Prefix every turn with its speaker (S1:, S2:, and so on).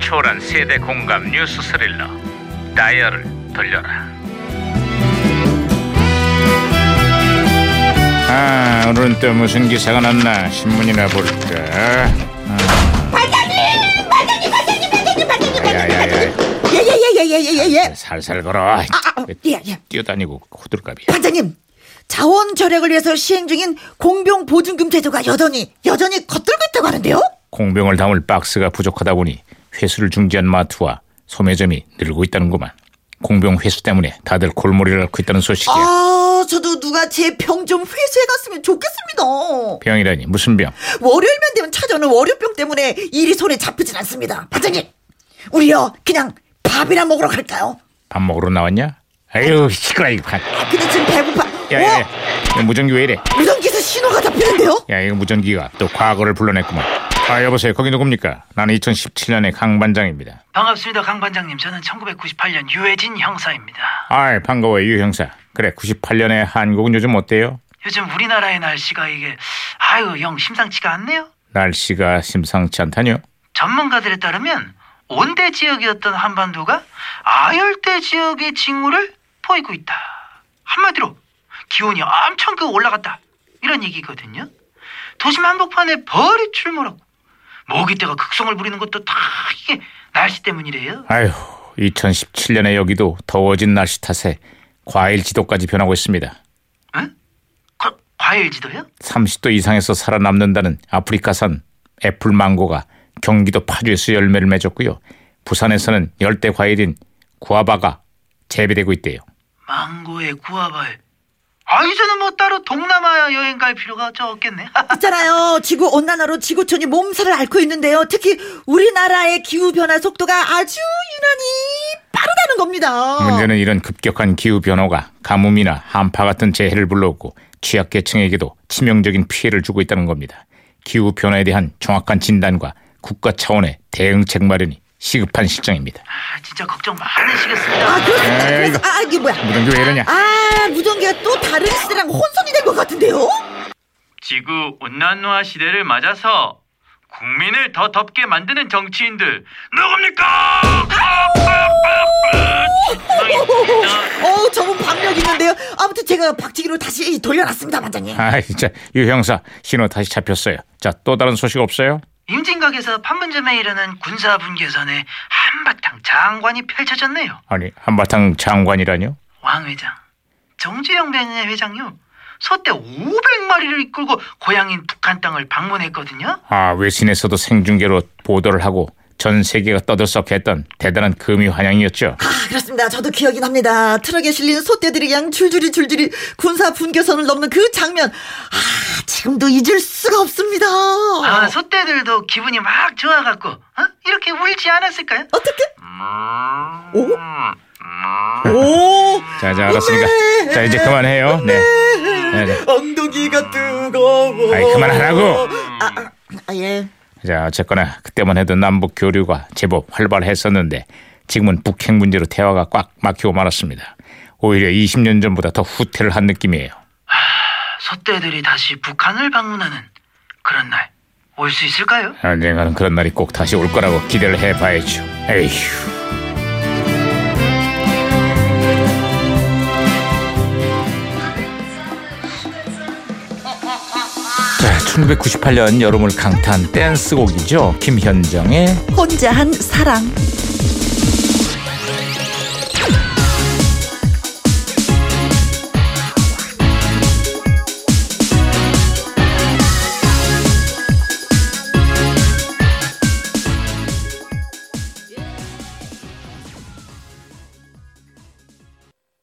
S1: 초월한 세대 공감 뉴스 스릴러 다이얼을 돌려라 아 오늘은 또 무슨 기사가 났나 신문이나 볼까 아.
S2: 반장님! 반장님! 반장님! 반장님! 반장님!
S1: 야야야
S2: 예, 예예예예예예예.
S1: 살살 걸어
S2: 아, 예, 예.
S1: 뛰어다니고 호들갑이야
S2: 반장님, 자원 절약을 위해서 시행 중인 공병 보증금 제도가 여전히 여전히 겉돌고 있다고 하는데요.
S1: 공병을 담을 박스가 부족하다 보니 회수를 중지한 마트와 소매점이 늘고 있다는구만 공병 회수 때문에 다들 골머리를 앓고 있다는 소식이야
S2: 아, 저도 누가 제 병 좀 회수해 갔으면 좋겠습니다.
S1: 병이라니 무슨 병
S2: 월요일만 되면 찾아오는 월요병 때문에 일이 손에 잡히진 않습니다. 반장님, 우리요 그냥 밥이나 먹으러 갈까요?
S1: 밥 먹으러 나왔냐? 아유 시끄러 이거 밥.
S2: 아, 근데 지금 배고파.
S1: 야, 야, 야.
S2: 어?
S1: 이거 무전기 왜 이래?
S2: 무전기에서 신호가 잡히는데요?
S1: 야 이거 무전기가 또 과거를 불러냈구만. 아 여보세요 거기 누굽니까? 나는 2017년의 강 반장입니다.
S3: 반갑습니다, 강 반장님. 저는 1998년 유해진 형사입니다.
S1: 아이 반가워요 유 형사. 그래 98년의 한국은 요즘 어때요?
S3: 요즘 우리나라의 날씨가 이게 아유 영 심상치가 않네요.
S1: 날씨가 심상치 않다뇨.
S3: 전문가들에 따르면 온대 지역이었던 한반도가 아열대 지역의 징후를 보이고 있다. 한마디로 기온이 엄청 그 올라갔다 이런 얘기거든요. 도심 한복판에 벌이 출몰하고 모기떼가 극성을 부리는 것도 다 이게 날씨 때문이래요.
S1: 아휴 2017년의 여기도 더워진 날씨 탓에 과일 지도까지 변하고 있습니다.
S3: 응? 과- 과일지도요?
S1: 30도 이상에서 살아남는다는 아프리카산 애플망고가 경기도 파주에서 열매를 맺었고요. 부산에서는 열대 과일인 구아바가 재배되고 있대요.
S3: 망고에 구아바에 아 이제는 뭐 따로 동남아 여행 갈 필요가 저 없겠네
S2: 있잖아요. 지구 온난화로 지구촌이 몸살을 앓고 있는데요. 특히 우리나라의 기후 변화 속도가 아주 유난히 빠르다는 겁니다.
S1: 문제는 이런 급격한 기후 변화가 가뭄이나 한파 같은 재해를 불러오고 취약계층에게도 치명적인 피해를 주고 있다는 겁니다. 기후 변화에 대한 정확한 진단과 국가 차원의 대응책 마련이 시급한 실정입니다.
S3: 아 진짜 걱정 많으시겠습니다
S2: 아, 그렇습니다.
S1: 에이,
S2: 그래서
S1: 이거.
S2: 아, 이게 뭐야?
S1: 무전기 왜 이러냐?
S2: 아, 무전기가 또 다른 시대랑 혼선이 된 것 같은데요?
S3: 지구 온난화 시대를 맞아서 국민을 더 덥게 만드는 정치인들 누굽니까
S2: 어, 저분 박력 있는데요. 아무튼 제가 박치기로 다시 돌려놨습니다, 반장님.
S1: 아, 진짜 유 형사 신호 다시 잡혔어요. 자, 또 다른 소식 없어요?
S3: 임진각에서 판문점에 이르는 군사 분계선에 한바탕 장관이 펼쳐졌네요
S1: 아니 한바탕 장관이라뇨?
S3: 왕 회장 정주영 변인의 회장요 소떼 500마리를 이끌고 고향인 북한 땅을 방문했거든요
S1: 아 외신에서도 생중계로 보도를 하고 전 세계가 떠들썩했던 대단한 금이 환영이었죠.
S2: 아, 그렇습니다. 저도 기억이 납니다. 트럭에 실린 소떼들이 그냥 줄줄이 줄줄이 군사 분교선을 넘는 그 장면. 아, 지금도 잊을 수가 없습니다. 어.
S3: 아, 소떼들도 기분이 막 좋아갖고 어? 이렇게 울지 않았을까요?
S2: 어떻게? 오? 오!
S1: 자, 자 알았으니까 자 이제 그만해요. 네. 네, 네.
S2: 엉덩이가 뜨거워.
S1: 아이, 그만하라고.
S2: 아, 아, 아, 예.
S1: 자 어쨌거나 그때만 해도 남북 교류가 제법 활발했었는데 지금은 북핵 문제로 대화가 꽉 막히고 말았습니다. 오히려 20년 전보다 더 후퇴를 한 느낌이에요.
S3: 소떼들이 다시 북한을 방문하는 그런 날 올 수 있을까요?
S1: 언젠가는 그런 날이 꼭 다시 올 거라고 기대를 해봐야죠. 에휴. 자, 1998년 여름을 강타한 댄스곡이죠. 김현정의
S2: 혼자 한 사랑.